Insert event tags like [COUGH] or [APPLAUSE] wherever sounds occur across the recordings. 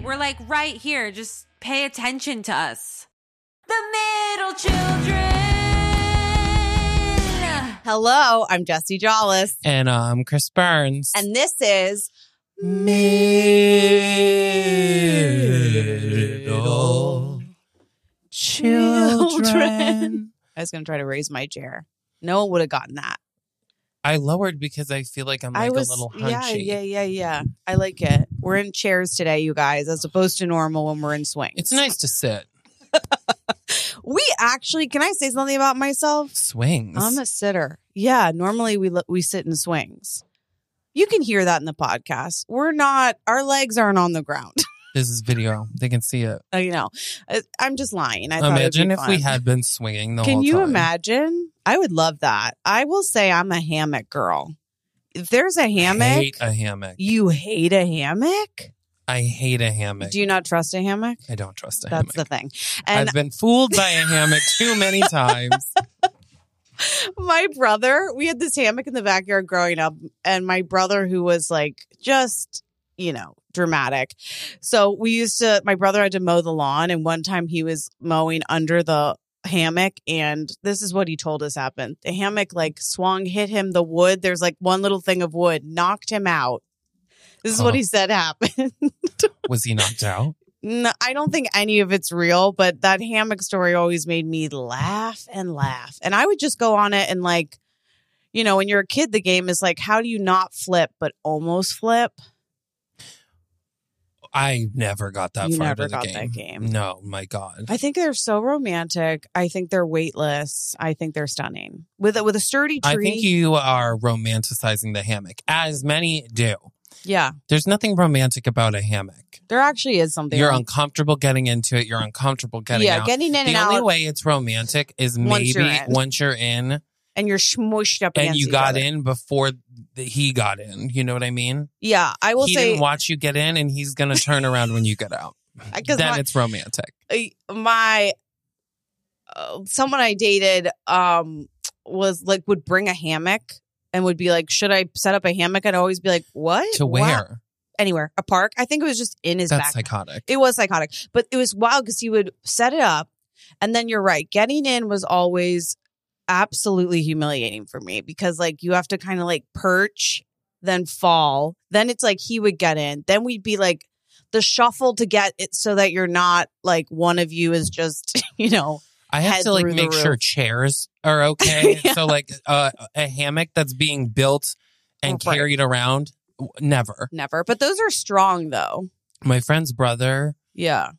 right here. Just pay attention to us. The middle children. Hello, I'm Jesse Jollis, And I'm Chris Burns. and this is middle children. [LAUGHS] I was going to try to raise my chair. No one would have gotten that. I lowered because I feel like I'm like I was a little hunchy. yeah, yeah, yeah, yeah. I like it. We're in chairs today, you guys, as opposed to normal when we're in swings. It's nice to sit. We actually, can I say something about myself? Swings. I'm a sitter. Yeah, normally we lo- we sit in swings. You can hear that in the podcast. We're not; our legs aren't on the ground. [LAUGHS] this is video. They can see it. you know, I, I'm just lying. I thought it'd be Imagine if we fun. had been swinging the Can whole you time. imagine? I would love that. I will say I'm a hammock girl. If there's a hammock, Hate a hammock. you hate a hammock? I hate a hammock. Do you not trust a hammock? I don't trust a That's hammock. the thing. And I've been fooled by a hammock too [LAUGHS] many times. my brother, we had this hammock in the backyard growing up, and my brother, who was like just, you know, dramatic. So we used to, my brother had to mow the lawn, and one time he was mowing under the hammock, and this is what he told us happened. The hammock like swung, hit him, the wood, there's like one little thing of wood, knocked him out. This is what Oh. he said happened. Was he knocked out? No, I don't think any of it's real, but that hammock story always made me laugh and laugh. And I would just go on it and like, you know, when you're a kid, the game is like, how do you not flip but almost flip? I never got that You far never into the got game. that game. No, my God. I think they're so romantic. I think they're weightless. I think they're stunning with a, with a sturdy tree. I think you are romanticizing the hammock, as many do. yeah, There's nothing romantic about a hammock. there actually is something. you're wrong. uncomfortable getting into it. You're uncomfortable getting yeah, out. getting in the and only out, way it's romantic is Once maybe you're in. once you're in and, and you're smooshed up. against you each got other. in before the, he got in. You know what I mean? Yeah, I will he say didn't watch you get in, and he's gonna turn around when you [LAUGHS] get out. because Then my, it's [LAUGHS] romantic. I- my uh, someone I dated um was like would bring a hammock and would be like, should I set up a hammock? I'd always be like, what To Why- where? Anywhere, a park. I think it was just in his That's back. psychotic. it was psychotic, but it was wild because he would set it up, and then you're right, getting in was always absolutely humiliating for me because like you have to kind of like perch, then fall, then it's like he would get in, then we'd be like the shuffle to get it so that you're not like one of you is just [LAUGHS] you know I have head to like through the make sure roof. chairs [LAUGHS] are okay. Yeah. So like uh, a hammock that's being built and Right. carried around, w- never. never. But those are strong though. My friend's brother, Yeah,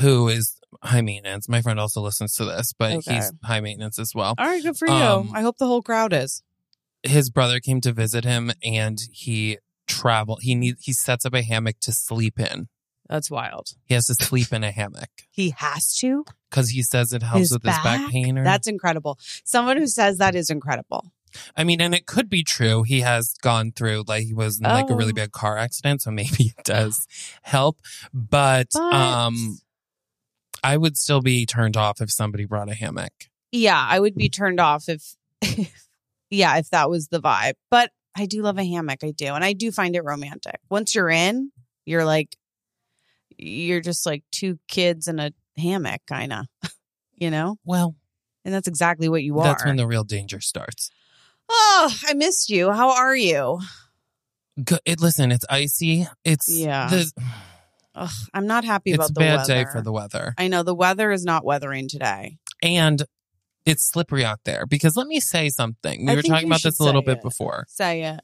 who is high maintenance, my friend also listens to this, but Okay. he's high maintenance as well. all right, good for you. Um, I hope the whole crowd is. His brother came to visit him, and he travel. He need he sets up a hammock to sleep in. That's wild. He has to sleep in a hammock He has to. because he says it helps His with his back? back pain. Or That's incredible. Someone who says that is incredible. I mean, and it could be true. He has gone through like he was in like a really Oh. big car accident, so [LAUGHS] maybe it does help. But, But- um I would still be turned off if somebody brought a hammock. yeah, I would be turned off if, [LAUGHS] yeah, if that was the vibe. But I do love a hammock. I do. And I do find it romantic. Once you're in, you're like, you're just like two kids in a hammock, kind of, [LAUGHS] you know? Well, And that's exactly what you are. that's when the real danger starts. oh, I missed you. How are you? Go- It, listen, it's icy. It's Yeah. the- Ugh, I'm not happy it's about a the bad weather. day for the weather, I know the weather is not weathering today. and it's slippery out there. Because let me say something. We I were think talking you about this should a little say bit it. before. Say it.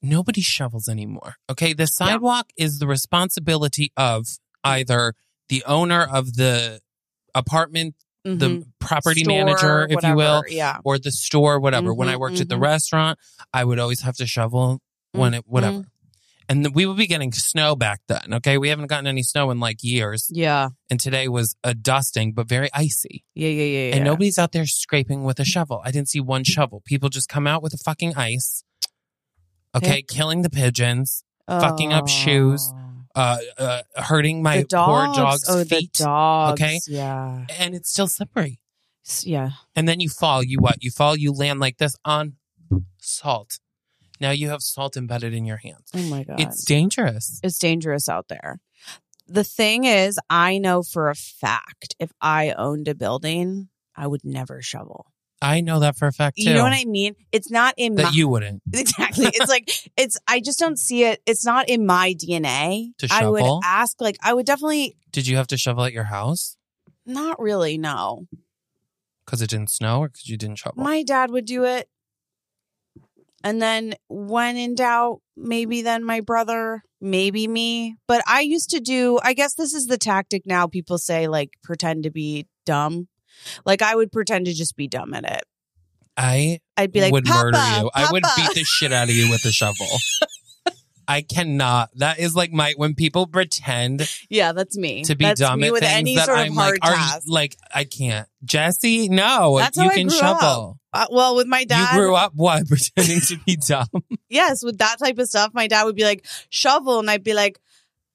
nobody shovels anymore. Okay. The sidewalk is the responsibility of Mm-hmm. either the owner of the apartment, the property manager, if you will, Mm-hmm. Yeah. or the store, whatever. When I Mhm, worked at the mhm. restaurant, I would always have to shovel when Mm-hmm, it, whatever. And we would be getting snow back then. Okay. We haven't gotten any snow in like years. Yeah. And today was a dusting, but very icy. Yeah. Yeah. Yeah. yeah. Mm-hmm. And nobody's out there scraping with a shovel. I didn't see one shovel. People just come out with a fucking ice. Okay. Pick. Killing the pigeons. fucking up shoes, Oh. uh, uh hurting my the dogs. poor dog's oh, feet, the dogs. okay? Yeah. and it's still slippery. S- Yeah. And then you fall. You what? You fall. You land like this on salt. Now you have salt embedded in your hands. Oh my god. It's It's dangerous. it's dangerous out there. the thing is, I know for a fact if I owned a building, I would never shovel. I know that for a fact too. You know what I mean? It's not in that my you wouldn't. [LAUGHS] exactly. It's like it's. I just don't see it. It's not in my DNA. To I would shovel? ask. Like I would definitely Did you have to shovel at your house not really. No, because it didn't snow or because you didn't shovel? my dad would do it, and then when in doubt, maybe then my brother, maybe me. But I used to do. I guess this is the tactic now. People say like pretend to be dumb. Like I would pretend to just be dumb at it. I I'd be like, would Papa, murder you. I would Papa." [LAUGHS] beat the shit out of you with a shovel. I cannot. That is like my when people pretend Yeah, that's me. to be that's dumb me at with things any that sort I'm of like, hard are you- task. like I can't. Jesse, no, That's you how I can grew shovel. Uh, well, with my dad, You grew up what [LAUGHS] pretending to be [LAUGHS] dumb. yes, with that type of stuff, my dad would be like shovel, and I'd be like,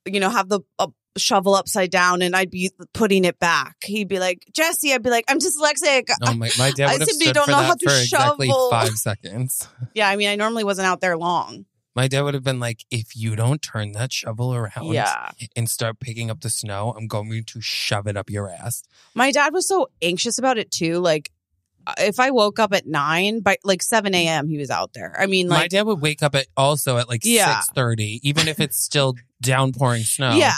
you know, have the uh, shovel upside down, and I'd be putting it back. He'd be like, Jesse, I'd be like, I'm dyslexic. Oh my! My dad I would have simply stood don't for know that how to for exactly shovel. five seconds. [LAUGHS] yeah, I mean, I normally wasn't out there long. My dad would have been like, "If you don't turn that shovel around Yeah, and start picking up the snow, I'm going to shove it up your ass." my dad was so anxious about it too. Like, uh, if I woke up at nine by like seven a.m., he was out there. I mean, my like, dad would wake up at also at like Yeah. six thirty, even if it's still downpouring snow. yeah,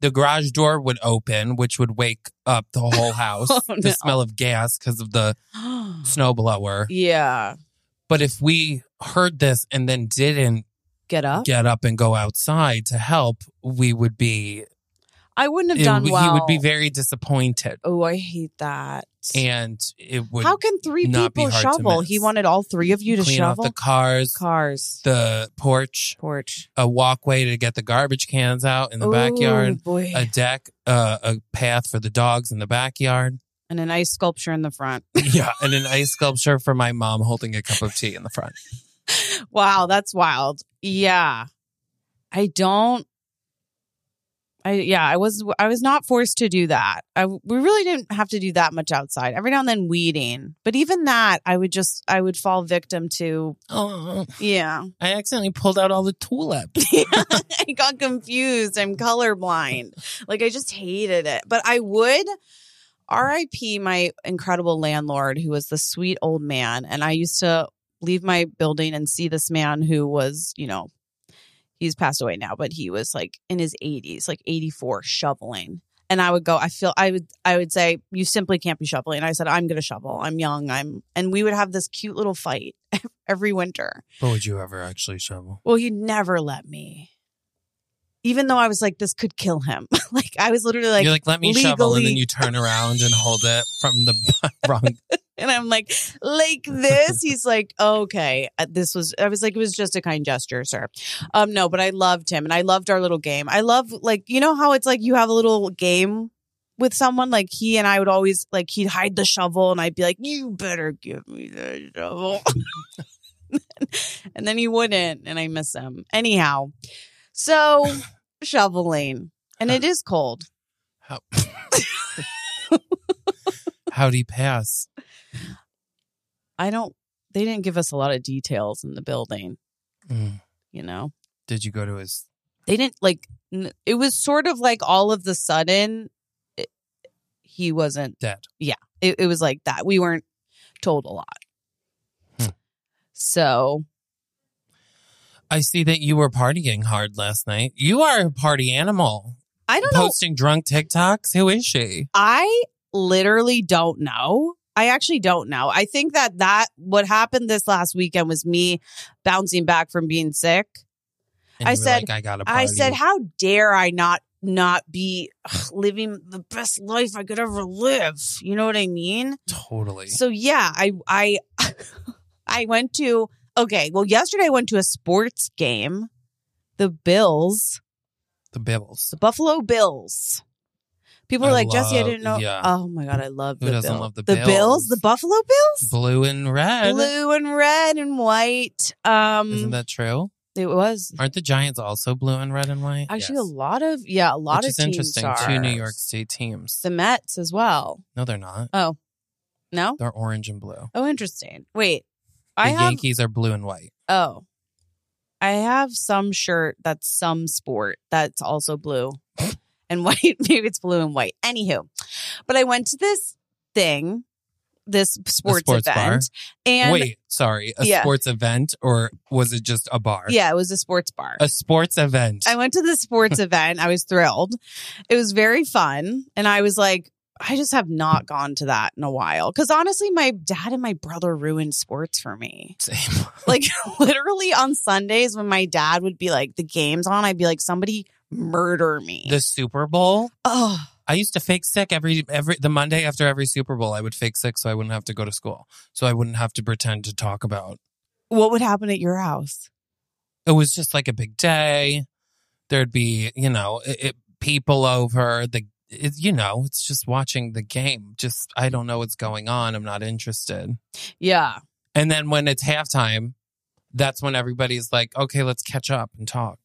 the garage door would open, which would wake up the whole house. [LAUGHS] Oh, the no. smell of gas because of the [GASPS] snow blower. yeah. But if we heard this and then didn't Get up. get up and go outside to help, we would be I wouldn't have it- done well. he would be very disappointed, Oh, I hate that. and it would How can three not be people hard to shovel? miss. He wanted all three of you to clean shovel off the cars, cars, the porch, porch, a walkway to get the garbage cans out in the Ooh, backyard. boy. a deck, uh, a path for the dogs in the backyard. [LAUGHS] and a nice sculpture in the front. [LAUGHS] Yeah, and an ice sculpture for my mom holding a cup of tea in the front. Wow, that's wild. Yeah, I don't. I yeah, I was I was not forced to do that. I we really didn't have to do that much outside. Every now and then weeding, but even that, I would just I would fall victim to. Oh, Yeah, I accidentally pulled out all the tulips. [LAUGHS] I got confused. I'm colorblind. Like I just hated it. But I would RIP my incredible landlord who was the sweet old man and I used to leave my building and see this man who was, you know, he's passed away now, but he was like in his 80s, like 84 shoveling. And I would go, I feel I would I would say you simply can't be shoveling. And I said I'm going to shovel. I'm young. I'm and we would have this cute little fight [LAUGHS] every winter. But would you ever actually shovel? [LAUGHS] Well, he never let me. Even though I was like, this could kill him. [LAUGHS] like I was literally like, You're like, let me shovel, and then legally- you turn around and hold it from the [LAUGHS] wrong. and I'm like, like this. He's like, okay, Uh, this was. I was like, it was just a kind gesture, sir. Um, no, but I loved him, and I loved our little game. I love like you know how it's like you have a little game with someone. Like he and I would always like he'd hide the shovel, and I'd be like, you better give me the shovel. [LAUGHS] and then he wouldn't, and I miss him. Anyhow, so shoveling, and it is cold. How? [LAUGHS] How'd he pass? I don't. They didn't give us a lot of details in the building, Mm. you know. Did you go to his? they didn't like n- it was sort of like all of the sudden it, he wasn't Dead. yeah it, it was like that we weren't told a lot Hmm. so I see that you were partying hard last night. You are a party animal. i don't know Posting drunk TikToks. Who is she? i literally don't know i actually don't know i think that that what happened this last weekend was me bouncing back from being sick And I you were said- like, I got a party. i said how dare i not not be ugh, living the best life i could ever live you know what i mean totally. So yeah, I I [LAUGHS] I went to okay. Well, yesterday I went to a sports game, the Bills, the Bibbles. the Buffalo Bills. People I are like Jesse, I love- didn't know. yeah. Oh my god, I love Who the doesn't Bills. love the the Bills? the Buffalo Bills, Blue and red. blue and red and white. Um, Isn't that true? it was Aren't the Giants also blue and red and white? actually Yes. a lot of yeah, a lot Which of is teams interesting. are Two New York State teams. the Mets as well. No, they're not. Oh no, They're orange and blue. oh interesting. Wait, The I have Yankees are blue and white. Oh. [LAUGHS] I have some shirt that's some sport that's also blue. and white. [LAUGHS] Maybe it's blue and white. Anywho, but I went to this thing, this sports, sports bar? event, and Wait, sorry. A Yeah. sports event or was it just a bar? yeah, it was a sports bar. A sports event. I went to the [LAUGHS] sports event. I was thrilled. It was very fun. And I was like, I just have not gone to that in a while. Cause honestly, my dad and my brother ruined sports for me. Same. Like, [LAUGHS] literally on Sundays, when my dad would be like, the game's on, I'd be like, somebody murder me. the Super Bowl. oh, I used to fake sick every every the Monday after every Super Bowl. I would fake sick so I wouldn't have to go to school. So I wouldn't have to pretend to talk about. what would happen at your house? It was just like a big day. There'd be you know it, it, people over the it, you know it's just watching the game. Just I don't know what's going on. I'm not interested. Yeah. And then when it's halftime, that's when everybody's like, okay, let's catch up and talk.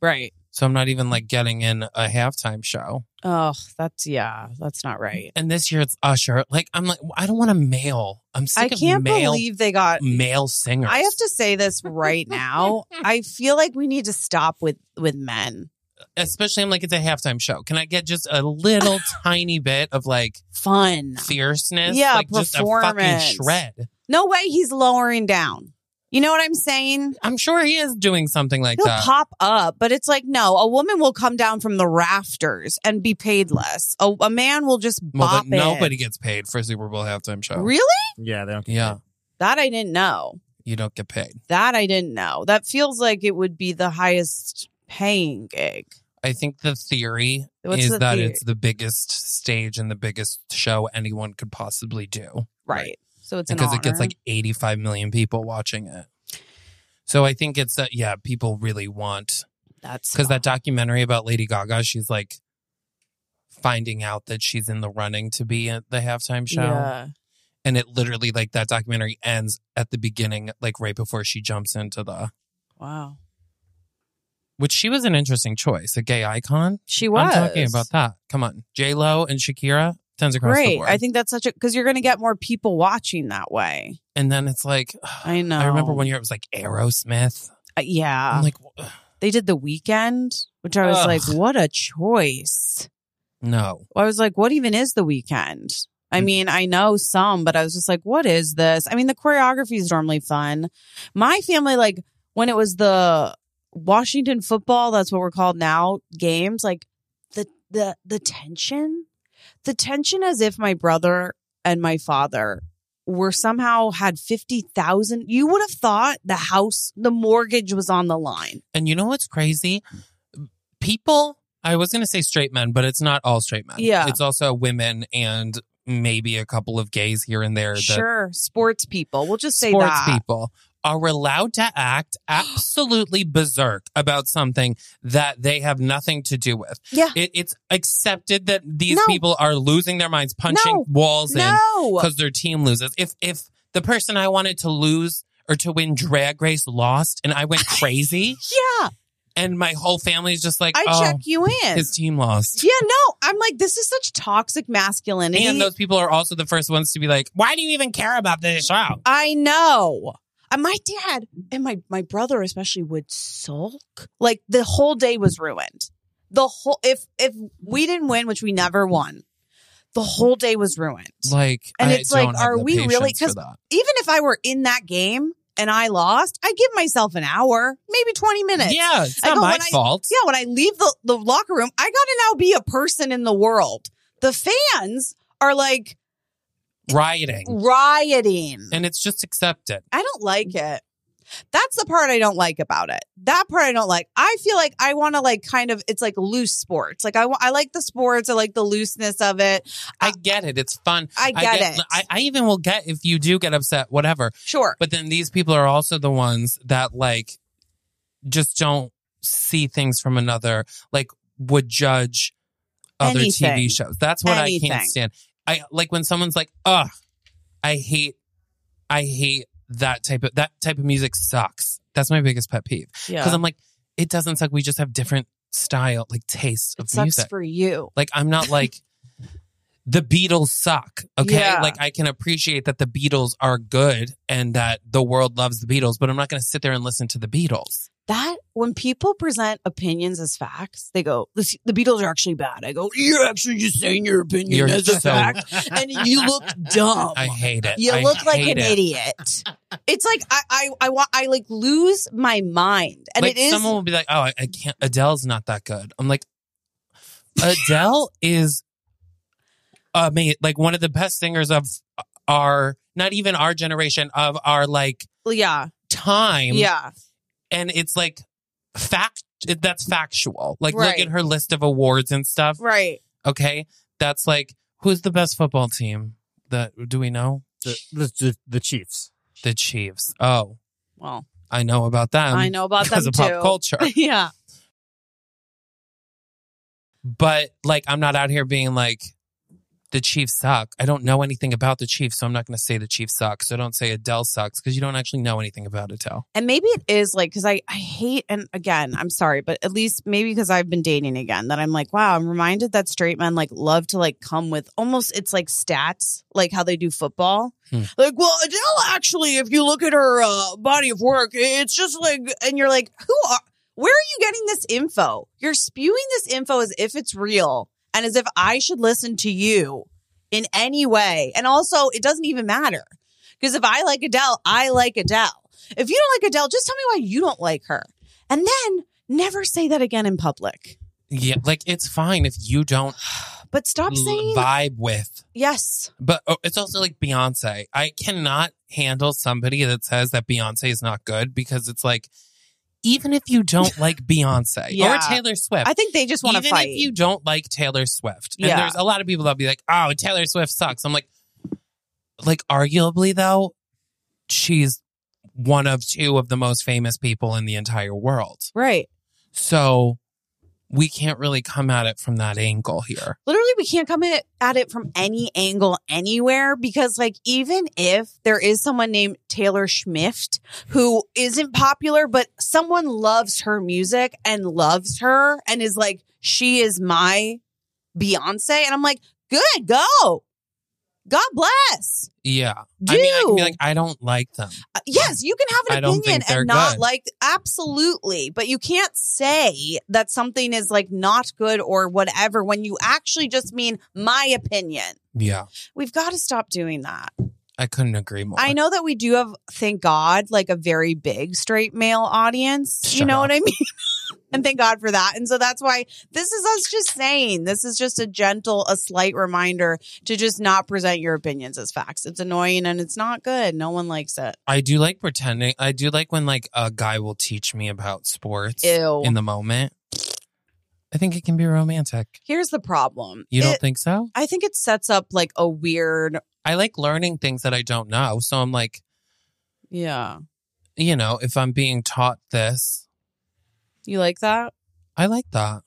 Right. So I'm not even like getting in a halftime show. Oh, that's, yeah, that's not right. And this year it's Usher. Like I'm like I don't want to male. I'm I sick can't of male believe they [LAUGHS] got male singers. I have to say this right [LAUGHS] now. I feel like we need to stop with with men. especially I'm like it's a halftime show. Can I get just [LAUGHS] a little tiny bit of like Fun. fierceness? Yeah, like just a fucking performance. shred. No way he's lowering down. You know what I'm saying? I'm sure he is doing something like He'll that. pop up, but it's like no, a woman will come down from the rafters and be paid less. A, a man will just Well, bop but it. nobody gets paid for a Super Bowl halftime show. really? Yeah, they don't. Yeah, That I didn't know. you don't get paid. That I didn't know. That feels like it would be the highest paying gig. I think the theory What's is the that theory? it's the biggest stage and the biggest show anyone could possibly do right. So it's an because it gets honor. like 85 million people watching it. So I think it's that yeah, people really want that's because that documentary about Lady Gaga, she's like finding out that she's in the running to be at the halftime show, Yeah. and it literally like that documentary ends at the beginning, like right before she jumps into the. Wow. Which she was an interesting choice, a gay icon. She was I'm talking about that. Come on, J Lo and Shakira, tens across the Great. board. I think that's such a because you're going to get more people watching that way. and then it's like [SIGHS] I know. I remember one year it was like Aerosmith. Uh, yeah, I'm like, they did the weekend, which I was Ugh. like, what a choice. no, I was like, what even is the weekend? I Mm. mean, I know some, but I was just like, what is this? I mean, the choreography is normally fun. My family, like when it was the Washington football, that's what we're called now, games, like the the the tension, the tension as if my brother and my father were somehow had 50,000. You would have thought the house, the mortgage was on the line. and you know what's crazy? People, I was going to say straight men, but it's not all straight men. Yeah. It's also women and maybe a couple of gays here and there. that Sure, sports people. We'll just say Sports that. people are allowed to [GASPS] act absolutely berserk about something that they have nothing to do with. Yeah. It, it's accepted that these No. people are losing their minds, punching No. walls in No. because their team loses. If if the person I wanted to lose or to win drag race lost and I [LAUGHS] went crazy Yeah. and my whole family's just like, I oh, check you in. his team lost. Yeah, no, I'm like, this is such toxic masculinity. And those people are also the first ones to be like, why do you even care about this show? I know. And my dad and my my brother especially would sulk. Like the whole day was ruined. The whole if if we didn't win, which we never won, the whole day was ruined. Like, And I it's like, don't have are the we really- patience for that. Even if I were in that game and I lost, I give myself an hour, maybe 20 minutes. Yeah, it's I not go, my when I- [LAUGHS] fault. Yeah, when I leave the, the locker room, I gotta now be a person in the world. The fans are like Mm. Rioting. rioting. And Mm. it's just accepted. I don't like it. That's the part I don't like about it. That part I don't like. I feel like I want to like kind of it's like loose sports. Like I wa- I like the sports. I like the looseness of it. I get it. It's fun. I get, it. I, I even will get if you do get upset, whatever. sure. But then these people are also the ones that, like, just don't see things from another, like, would judge other Anything. TV shows. That's what I Anything. can't stand. I like when someone's like, ugh, I hate, I hate that type of, that type of music sucks. That's my biggest pet peeve. Yeah. Cause I'm like, it doesn't suck. We just have different style, like tastes it of sucks music. for you. Like I'm [LAUGHS] not like the Beatles suck. Okay. Yeah. Like I can appreciate that the Beatles are good and that the world loves the Beatles, but I'm not gonna sit there and listen to the Beatles. That when people present opinions as facts, they go, the, the Beatles are actually bad. I go, you're actually just saying your opinion You're as a so- [LAUGHS] fact, and you look dumb. I hate it. Oh You I look like hate an it. idiot. It's like I, I, I want, I like lose my mind, and like it is someone will be like, "Oh, I, I can't. Adele's not that good." I'm like, Adele is, uh, me like one of the best singers of our, not even our generation of our like yeah, time. yeah. and it's like fact. That's factual. Like Right. look at her list of awards and stuff. Right. Okay, that's like who's the best football team? That do we know? The, the, the, the Chiefs. The Chiefs. Oh, Well, I know about them. I know about them Um, because too. of pop culture. [LAUGHS] yeah. but like I'm not out here being like the Chiefs suck. I don't know anything about the Chiefs, so I'm not going to say the Chiefs suck. So don't say Adele sucks because you don't actually know anything about Adele. And maybe it is like because I I hate and again I'm sorry, but at least maybe because I've been dating again that I'm like wow I'm reminded that straight men like love to like come with almost it's like stats like how they do football Hmm. like well Adele actually if you look at her uh, body of work it's just like and you're like who are where are you getting this info you're spewing this info as if it's real and as if I should listen to you in any way and also it doesn't even matter because if I like Adele I like Adele. If you don't like Adele, just tell me why you don't like her. And then never say that again in public. Yeah, like it's fine if you don't But stop saying vibe with. yes. But oh, it's also like Beyonce. I cannot handle somebody that says that Beyonce is not good because it's like even if [LAUGHS] you don't like Beyonce Yeah. or Taylor Swift. I think they just want to even fight. if you don't like Taylor Swift, and Yeah. there's a lot of people that'll be like, "Oh, Taylor Swift sucks." I'm like, like arguably though, she's one of two of the most famous people in the entire world, right. so we can't really come at it from that angle here. Literally, we can't come at at it from any angle anywhere because, like, even if there is someone named Taylor Schmift who isn't popular, but someone loves her music and loves her and is like, she is my Beyonce. And I'm like, good, go. God bless. Yeah, I mean, I can be Do. like, I don't like them. Uh, Yes, you can have I an don't opinion think they're and not good. like absolutely, but you can't say that something is like not good or whatever when you actually just mean my opinion. Yeah, We've got to stop doing that. I couldn't agree more. I know that we do have, thank God, like a very big straight male audience. you Shut know up. what I [LAUGHS] mean? and thank God for that. And so that's why this is us just saying this is just a gentle, a slight reminder to just not present your opinions as facts. It's annoying and it's not good. No one likes it. I do like pretending. I do like when like a guy will teach me about sports Ew. in the moment. I think it can be romantic. Here's the problem. You don't It- think so? I think it sets up like a weird, I like learning things that I don't know. So I'm like, yeah. you know, if I'm being taught this, You like that? I like that.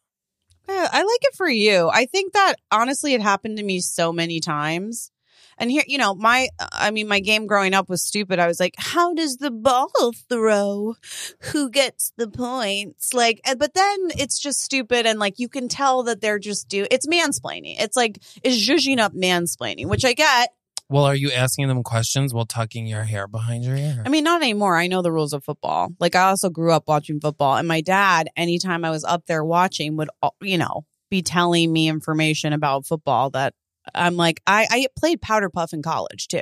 Yeah, I like it for you. I think that honestly, it happened to me so many times. And here, you know, my, I mean, my game growing up was stupid. I was like, how does the ball throw? Who gets the points? Like, eh, but then it's just stupid. And like, you can tell that they're just do, it's mansplaining. It's like, it's zhuzhing up mansplaining, which I get. Well, are you asking them questions while tucking your hair behind your ear? I mean, not anymore. I know the rules of football. Like, I also grew up watching football, and my dad, anytime I was up there watching, would, al- you know, be telling me information about football that I'm like, I, I played powder puff in college too.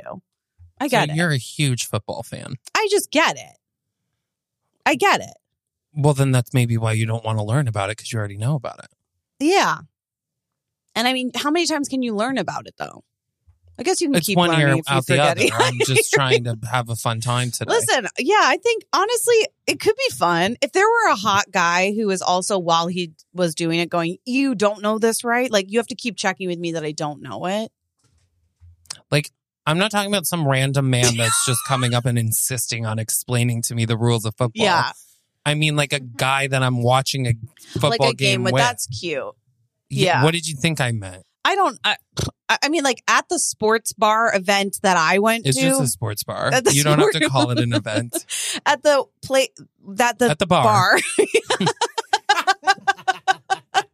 I So get it. You're a huge football fan. I just get it. I get it. Well, then that's maybe why you don't want to learn about it because you already know about it. Yeah. And I mean, how many times can you learn about it though? I guess you can It's keep one learning ear if you out the forget other. it. I'm [LAUGHS] just trying to have a fun time today. Listen, yeah, I think honestly, it could be fun. If there were a hot guy who was also while he was doing it going, You don't know this, right? Like you have to keep checking with me that I don't know it. I'm not talking about some random man that's just coming up and insisting on explaining to me the rules of football. yeah. Mm-hmm. I mean, like a guy that I'm watching a football Like a game, with, with. that's cute. Y- yeah. What did you think I meant? I don't I, I I mean like at the sports bar event that I went It's to just a sports bar. At the You don't have to sport- call it an event. at the play that [LAUGHS] the At the bar. bar. [LAUGHS]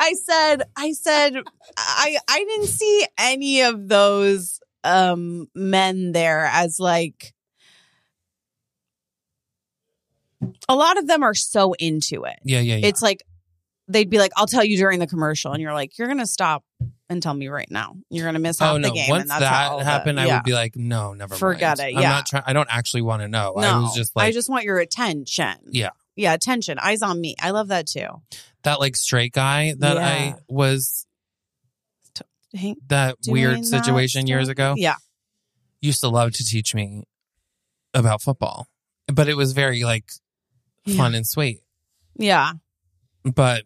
I said, I said, I I didn't see any of those um men there as like a lot of them are so into it. Yeah, yeah, yeah. It's like they'd be like, "I'll tell you during the commercial," and you're like, "You're gonna stop and tell me right now. You're gonna miss out oh the no! game." Once and that's that how the- happened, I yeah. would be like, no, never. Forget mind. it, I'm yeah. not trying. I don't actually want to know. No, I was just like want your attention. Yeah. Yeah, attention. Eyes on me. I love that too. that like straight guy that Yeah. I was Hank, that weird Doing that situation years stuff. ago. Yeah. used to love to teach me about football, but it was very like Yeah. fun and sweet. Yeah. But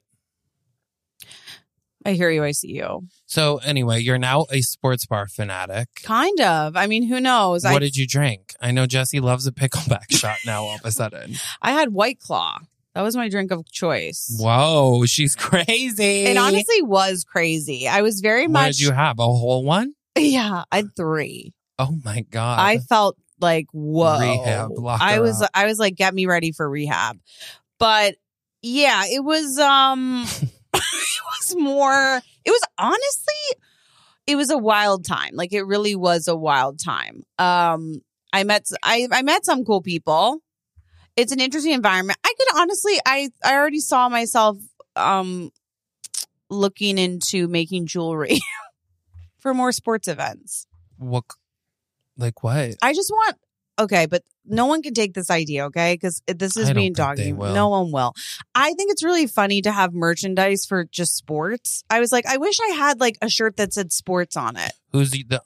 I hear you. I see you. so anyway, you're now a sports bar fanatic. Kind of. I mean, who knows? What I, did you drink? I know Jesse loves a pickleback [LAUGHS] shot now. All of a sudden, I had White Claw. That was my drink of choice. whoa, she's crazy. It honestly was crazy. I was very what much. [LAUGHS] did you have? A whole one? yeah, I had three. Oh my god! I felt like whoa. Rehab, lock I her was up. I was like, get me ready for rehab. But yeah, it was um [LAUGHS] it was more it was honestly it was a wild time. Like it really was a wild time. Um I met I, I met some cool people. It's an interesting environment. I could honestly I I already saw myself um looking into making jewelry [LAUGHS] for more sports events. what? Like what? I just want okay, but no one can take this idea, okay? Because this I is don't being think they doggy. will. No one will. I think it's really funny to have merchandise for just sports. I was like, I wish I had like a shirt that said sports on it, Who's the? the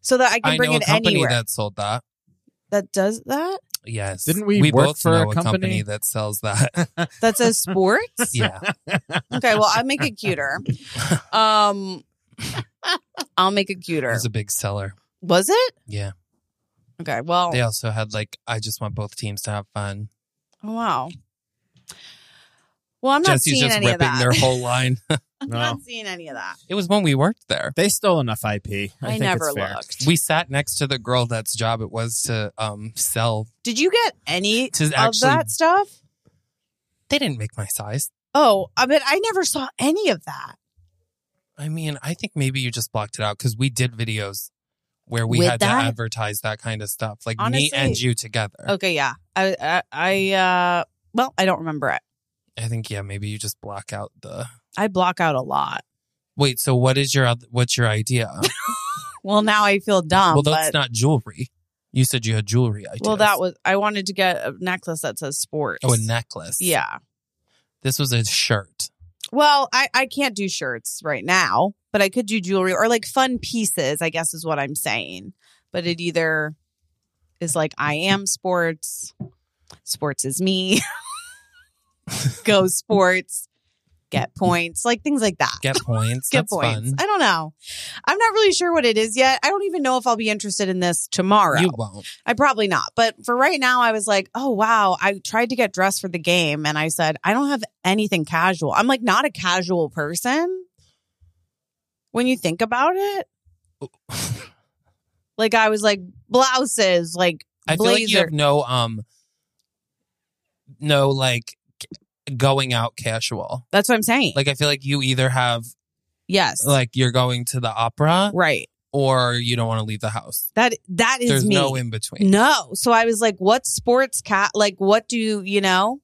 so that I can I bring know a it company anywhere. That, that sold that. does that. Yes. Didn't we We work both for know a a company? company? that sells [LAUGHS] that. [LAUGHS] That says sports. yeah. okay, well, I'll make it [LAUGHS] cuter. Um, I'll make it It cuter. was a big seller. Was it? Yeah. Okay. Well. They also had like, I just want both teams to have fun. oh, Wow. Well, I'm not Jesse's seeing just any ripping of that. their whole line. [LAUGHS] I'm no, not seeing any of that. it was when we worked there. they stole enough IP. I, I, think never it's fair. looked. We sat next to the girl that's job it was to um sell. Did you get any To of actually, that stuff? they didn't make my size. Oh, I mean, I never saw any of that. I mean, I think maybe you just blocked it out because we did videos where we With had that? to advertise that kind of stuff, like me Honestly- and you together. Okay, yeah. I, I, I uh, well, I don't remember it. I think yeah, maybe you just block out the. I block out a lot. Wait, so what is your oth- what's your idea? Well, now I feel dumb. well, that's Um, but, not jewelry. You said you had jewelry ideas. well, that was. I wanted to get a necklace that says sports. oh a necklace. Yeah. this was a shirt. Well, I, I can't do shirts right now, but I could do jewelry or like fun pieces. I guess is what I'm saying. But it either is like I am sports, sports is [LAUGHS] me. Go sports, get points, like things like that. [LAUGHS] Get points. Skip That's points. fun. I don't know. I'm not really sure what it is yet. I don't even know if I'll be interested in this tomorrow. You won't. I probably not. But for right now, I was like, oh, wow. I tried to get dressed for the game and I said, I don't have anything casual. I'm like, not a casual person. When you think about [LAUGHS] it, like I was like, blouses, like, I feel like you Blazer. have no um, no like c- going out casual. that's what I'm saying. Like I feel like you either have yes. like you're going to the opera right. or you don't want to leave the house. That, that is There's me. no in between. no. So I was like, what sports cat? Like, what do you, you know?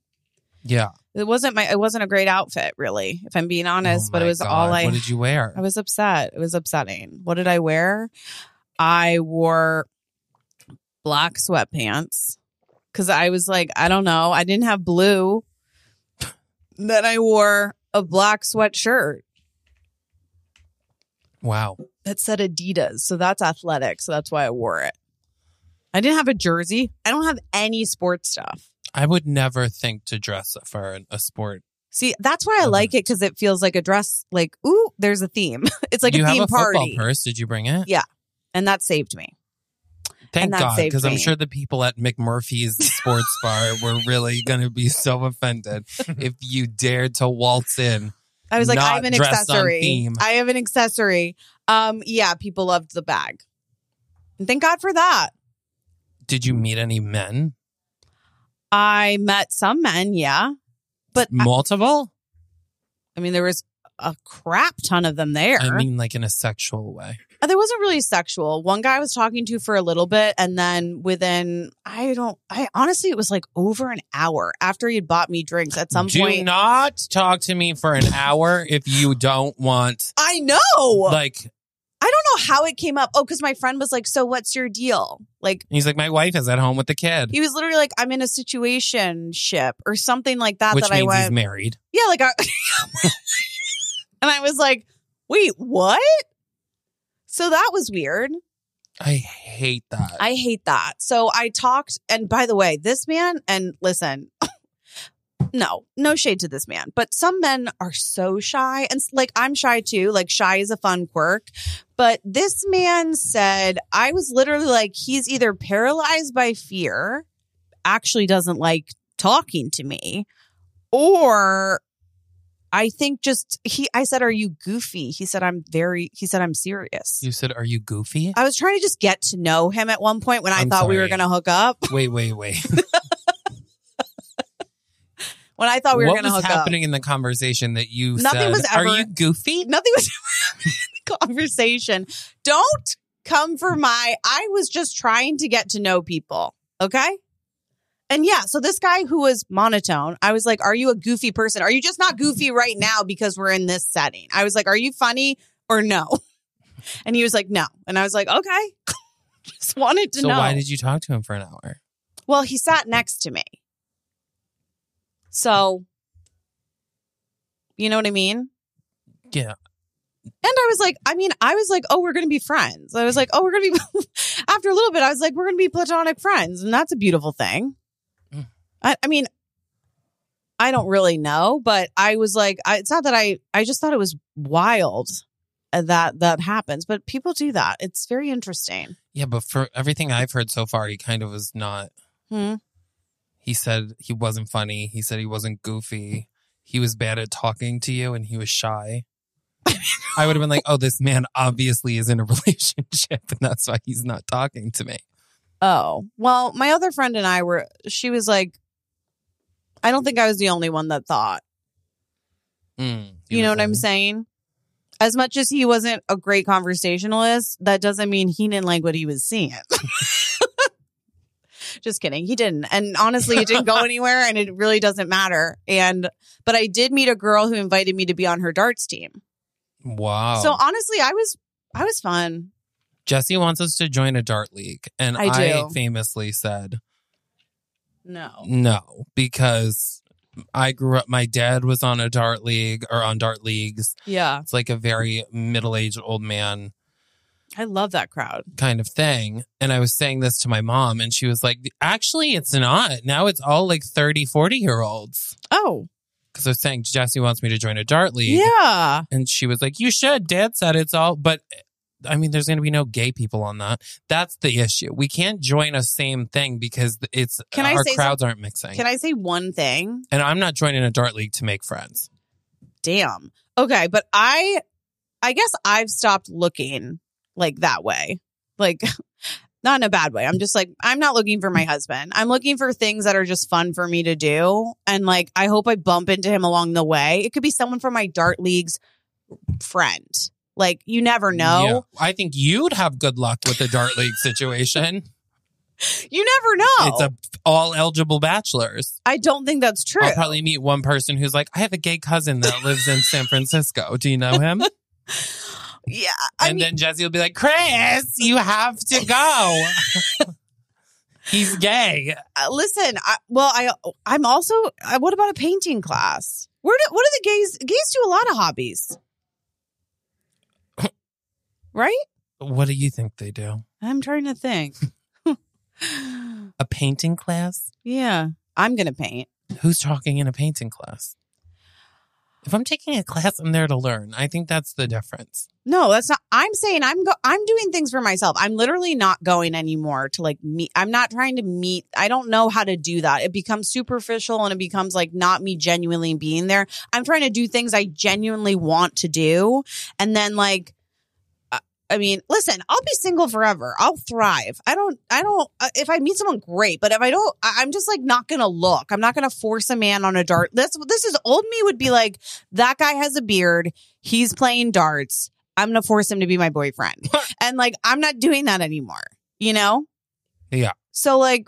Yeah. It wasn't my. It wasn't a great outfit, really, if I'm being honest. Oh but it my was God. all I. What did you wear? I was upset. It was upsetting. What did I wear? I wore black sweatpants because I was like, I don't know. I didn't have blue. Then I wore a black sweatshirt wow. that said Adidas, so that's athletic. So that's why I wore it. I didn't have a jersey. I don't have any sports stuff. I would never think to dress for an- a sport. See, that's why I Okay. like it because it feels like a dress. Like, ooh, there's a theme. [LAUGHS] It's like you a have theme a party, football purse. Did you bring it? and that saved me. Thank And that God, saved because I'm me. sure the people at McMurphy's [LAUGHS] sports bar were really going to be so offended if you dared to waltz in. I was like, Not I have an dressed on accessory. theme. I have an accessory. Um, yeah, people loved the bag, and thank God for that. Did you meet any men? I met some men, yeah, but I, Multiple? I mean, there was a crap ton of them there. I mean, like in a sexual way. And there wasn't really sexual. One guy I was talking to for a little bit, and then within I don't I honestly it was like over an hour after he had bought me drinks. At some Do point, not talk to me for an hour if you don't want I know like I don't know how it came up. Oh, because my friend was like, "So what's your deal?" Like he's like my wife is at home with the kid. he was literally like, "I'm in a situation ship or something like that." Which that I means he's went, married. yeah, like, I, [LAUGHS] and I was like, "Wait, what?" So that was weird. I hate that. I hate that. So I talked, and by the way, this man, and listen, [LAUGHS] no, no shade to this man, but some men are so shy. And like, I'm shy too. Like, shy is a fun quirk. But this man said, I was literally like, he's either paralyzed by fear, actually doesn't like talking to me, or I think just he, I said, Are you goofy? He said, I'm very, he said, I'm serious. you said, "Are you [LAUGHS] goofy?" I was trying to just get to know him at one point when I I'm thought we were sorry. going to hook up. [LAUGHS] wait, wait, wait. When I thought we were what going to was hook happening in the conversation that you Nothing said? was Are ever- you goofy? up. Nothing was [LAUGHS] happening in the conversation. Don't come for my. I was just trying to get to know people. Okay. And yeah, so this guy who was monotone, I was like, Are you a goofy person? Are you just not goofy right now because we're in this setting? I was like, Are you funny or no? [LAUGHS] And he was like, No. And I was like, Okay. [LAUGHS] just wanted to So know. why did you talk to him for an hour? Well, he sat next to me. So, you know what I mean? Yeah. And I was like, I mean, I was like, oh, we're going to be friends. I was like, oh, we're going to be, [LAUGHS] after a little bit, I was like, we're going to be platonic friends. And that's a beautiful thing. Mm. I, I mean, I don't really know, but I was like, I, it's not that I, I just thought it was wild uh, that that happens, but people do that. It's very interesting. Yeah, but for everything I've heard so far, he kind of was not. Hmm. He said he wasn't funny. He said he wasn't goofy. He was bad at talking to you and he was shy. I would have been like, oh, this man obviously is in a [LAUGHS] relationship and that's why he's not talking to me. Oh, well, my other friend and I were, she was like, I don't think I was the only one that thought. Mm, You, know what I'm saying? As much as he wasn't a great conversationalist, that doesn't mean he didn't like what he was seeing. [LAUGHS] Just kidding. He didn't. And honestly, it didn't go [LAUGHS] anywhere and it really doesn't matter. And, but I did meet a girl who invited me to be on her darts team. Wow. So honestly, I was, I was fun. Jesse wants us to join a dart league. And I I, do. famously said Oh. No. no because I grew up, my dad was on a dart league or on dart leagues. Yeah. It's like a very middle aged old man I love that crowd. kind of thing. And I was saying this to my mom, and she was like, actually, it's not. Now it's all like 30, 40 year olds. Oh, Because I was saying, Jesse wants me to join a dart league. yeah. And she was like, you should. Dad said it's all, but I mean, there's going to be no gay people on that. That's the issue. We can't join a same thing because it's Can I our say crowds aren't mixing. Can I say one thing? and I'm not joining a dart league to make friends. damn. Okay, but I I guess I've stopped looking like that way. Like [LAUGHS] not in a bad way. I'm just like I'm not looking for my husband. I'm looking for things that are just fun for me to do and like I hope I bump into him along the way. It could be someone from my dart league's friend. Like you never know. Yeah. I think you'd have good luck with the dart league situation. You never know. It's a all eligible bachelors. I don't think that's Oh. true. I'll probably meet one person who's like, I have a gay cousin that lives in San Francisco. Do you know him? yeah. [LAUGHS] I and mean, then Jesse will be like, Chris, you have to go. [LAUGHS] He's gay. uh, listen, I, well I I'm also uh, what about a painting class? Where do, what do the gays gays do a lot of hobbies? right? What do you think they do? I'm trying to think. [LAUGHS] A painting class? yeah, I'm going to paint. Who's talking in a painting class? If I'm taking a class, I'm there to learn. I think that's the difference. No, that's not I'm saying I'm go, I'm doing things for myself. I'm literally not going anymore to like meet I'm not trying to meet I don't know how to do that. It becomes superficial and it becomes like not me genuinely being there. I'm trying to do things I genuinely want to do and then like I- I mean, listen, I'll be single forever. I'll thrive. I don't, I don't, uh, if I meet someone, great. But if I don't, I, I'm just like not going to look. I'm not going to force a man on a dart. This, this is old me would be like, that guy has a beard. He's playing darts. I'm going to force him to be my [LAUGHS] boyfriend. and like, I'm not doing that anymore, you know? Yeah. So, like,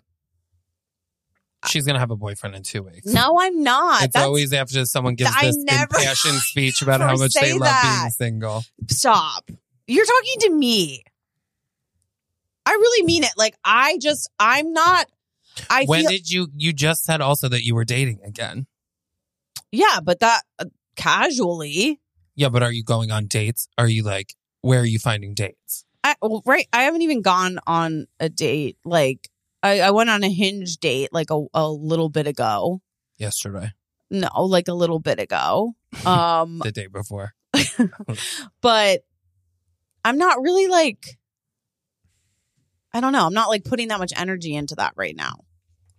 Uh, She's gonna have a boyfriend in two weeks. no, I'm not. It's always after someone gives I this never- impassioned [LAUGHS] speech about how never much say they love being that. single. stop. You're talking to me. I really mean it. Like, I just, I'm not, I when feel, did you? You just said also that you were dating again. yeah, but that uh, casually, Yeah, but are you going on dates? Are you like, where are you finding dates? I, well, right. I haven't even gone on a date. Like, I, I went on a hinge date like a, a little bit ago. Yesterday, No, like a little bit [LAUGHS] ago. Um, the day before. but I'm not really like I don't know. I'm not like putting that much energy into that right now.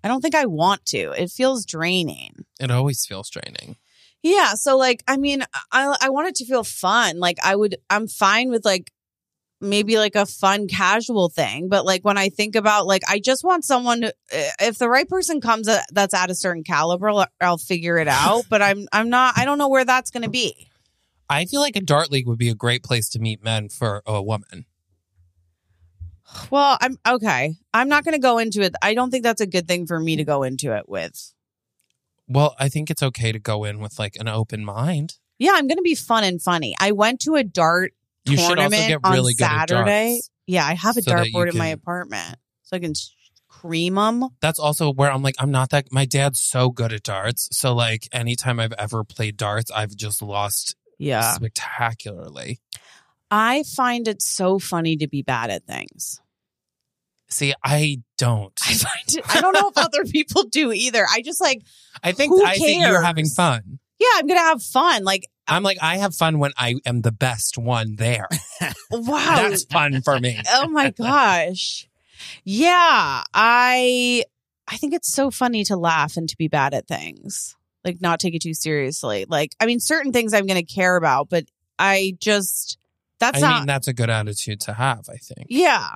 I don't think I want to. It feels draining. It always feels draining. Yeah, so like I mean, I I want it to feel fun. Like I would I'm fine with like maybe like a fun casual thing, but like when I think about like I just want someone to, if the right person comes uh, that's at a certain caliber, I'll- I'll figure it out, but I'm I'm not I don't know where that's going to be. I feel like a dart league would be a great place to meet men for a woman. Well, I'm okay. I'm not going to go into it. I don't think that's a good thing for me to go into it with. Well, I think it's okay to go in with like an open mind. Yeah, I'm going to be fun and funny. I went to a dart You should also tournament get on really good at Saturday. darts. yeah, I have a so that you dartboard in my can- apartment, so I can s- cream them. That's also where I'm like, I'm not that. My dad's so good at darts. So like, anytime I've ever played darts, I've just lost Yeah, spectacularly. I find it so funny to be bad at things. [LAUGHS] See, I don't. I find it. I don't [LAUGHS] know if other people do either. I just like, I think Who I think you're cares? having fun. yeah, I'm gonna have fun. Like, I'm like, I have fun when I am the best one [LAUGHS] there. wow, That's fun for me. oh my gosh yeah i i think it's so funny to laugh and to be bad at things like not take it too seriously like i mean certain things i'm gonna care about but i just [LAUGHS] that's I not mean, that's a good attitude to have, I think. yeah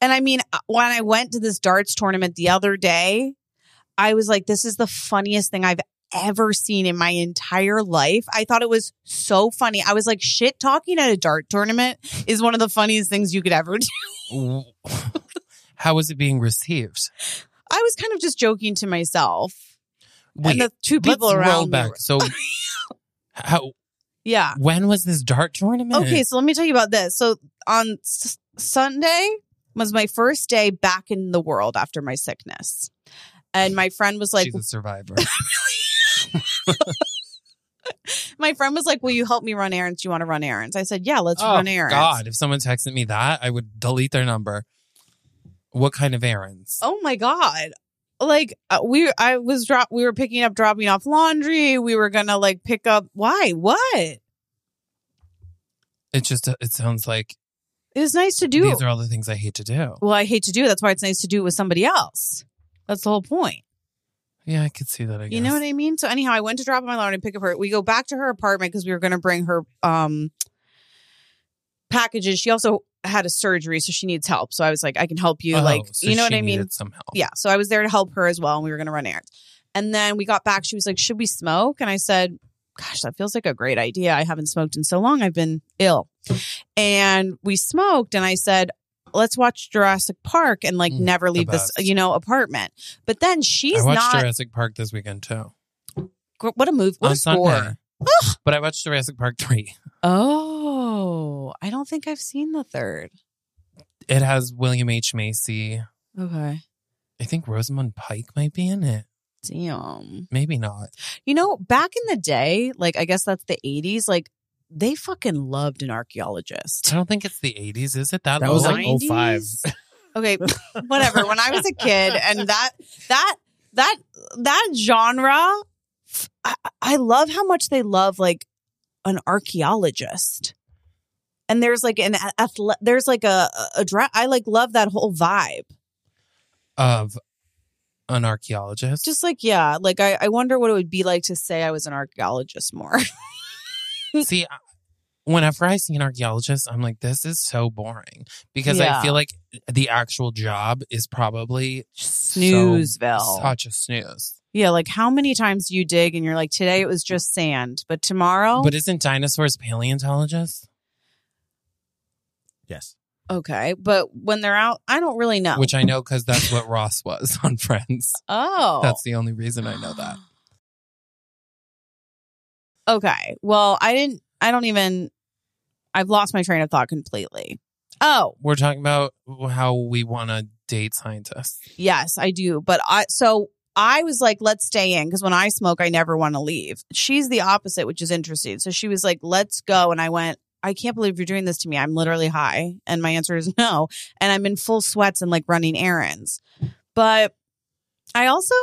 and i mean uh, when i went to this darts tournament the other day i was like this is the funniest thing i've ever seen in my entire life i thought it was so funny i was like shit talking at a dart tournament is one of the funniest things you could ever do [LAUGHS] How is it being received? I was kind of just joking to myself. Wait, and the two people let's around roll me back. were- [LAUGHS] So, how? yeah. When was this dart tournament? Okay, so let me tell you about this. So on s- Sunday was my first day back in the world after my sickness. And my friend was like she's [LAUGHS] a survivor. my friend was like, "Will you help me run errands? Do you want to run errands?" I said, "Yeah, let's oh run errands." God! If someone texted me that, I would delete their number. What kind of errands? Oh my god. Like uh, we I was drop we were picking up dropping off laundry. We were going to like pick up why? What? It just it sounds like It was nice to do. these are all the things I hate to do. well, I hate to do it. That's why it's nice to do it with somebody else. That's the whole point. Yeah, I could see that. I guess. You know what I mean? So anyhow, I went to drop my lawn and pick up her. We go back to her apartment because we were going to bring her um packages. She also had a surgery, so she needs help. So I was like, I can help you. Oh, like, so you know she what I mean? needed Some help. Yeah. So I was there to help her as well, and we were going to run errands. And then we got back. She was like, "Should we smoke?" And I said, "Gosh, that feels like a great idea. I haven't smoked in so long. I've been ill." And we smoked, and I said. Let's watch Jurassic Park and like Mm, never the leave this, best. you know, apartment. But then she's I watched not. Jurassic Park this weekend too. gr- What a move! What on a score! Sunday. but I watched Jurassic Park [LAUGHS] 3. Oh, I don't think I've seen the third. It has William H. Macy. Okay. I think Rosamund Pike might be in it. Damn. Maybe not. You know, back in the day, like I guess that's the 80s, like they fucking loved an archaeologist. I don't think it's the 80s, is it? That, That was low? like 05. 90s? Okay, whatever. When I was a kid and that that that that genre I, I love how much they love like an archaeologist. And there's like an athle- there's like a a dra- I like love that whole vibe. of an archaeologist. just like yeah like I, I wonder what it would be like to say i was an archaeologist more [LAUGHS] See, I- whenever I see an archaeologist, I'm like, this is so boring because I Yeah. feel like the actual job is probably so- Snoozeville. such a snooze. yeah like how many times do you dig and you're like today it was just sand but tomorrow But isn't dinosaurs paleontologists? Yes. Okay, but when they're out, I don't really know. which I know because that's what Ross was on Friends. [LAUGHS] oh, That's the only reason I know that. okay. Well, I didn't. I don't even. I've lost my train of thought completely. Oh We're talking about how we want to date scientists. [LAUGHS] yes, I do. But I so I was like, let's stay in because when I smoke, I never want to leave. She's the opposite, which is interesting. So she was like, let's go, and I went. I can't believe you're doing this to me. I'm literally high, and my answer is [LAUGHS] no, and I'm in full sweats and like running errands. But I also.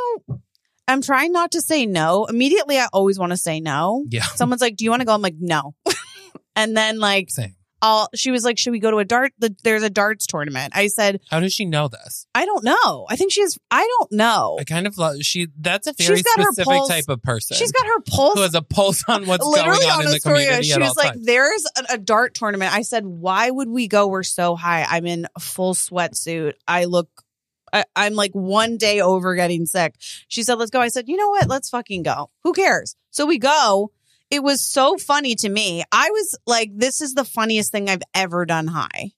I'm trying not to say no. Immediately, I always want to say no. Yeah, someone's like, "Do you want to go?" I'm like, "No." [LAUGHS] and then like, same. I'll. She was like, "Should we go to a dart? The, there's a darts tournament." I said, How does she know this? "I don't know. I think she has. I don't know. I kind of love she. That's a very She's got her specific pulse- type of person. She's got her who pulse." has a pulse on what's going Literally on, on in the this story, community. she at was all like, times. "There's a, a dart tournament." I said, "Why would we go? We're so high. I'm in a full sweatsuit. I look, I, I'm like one day over getting sick." She said, "Let's go." I said, "You know what? Let's fucking go. Who cares?" So we go. It was so funny to me. I was like, "This is the funniest thing I've ever done." High.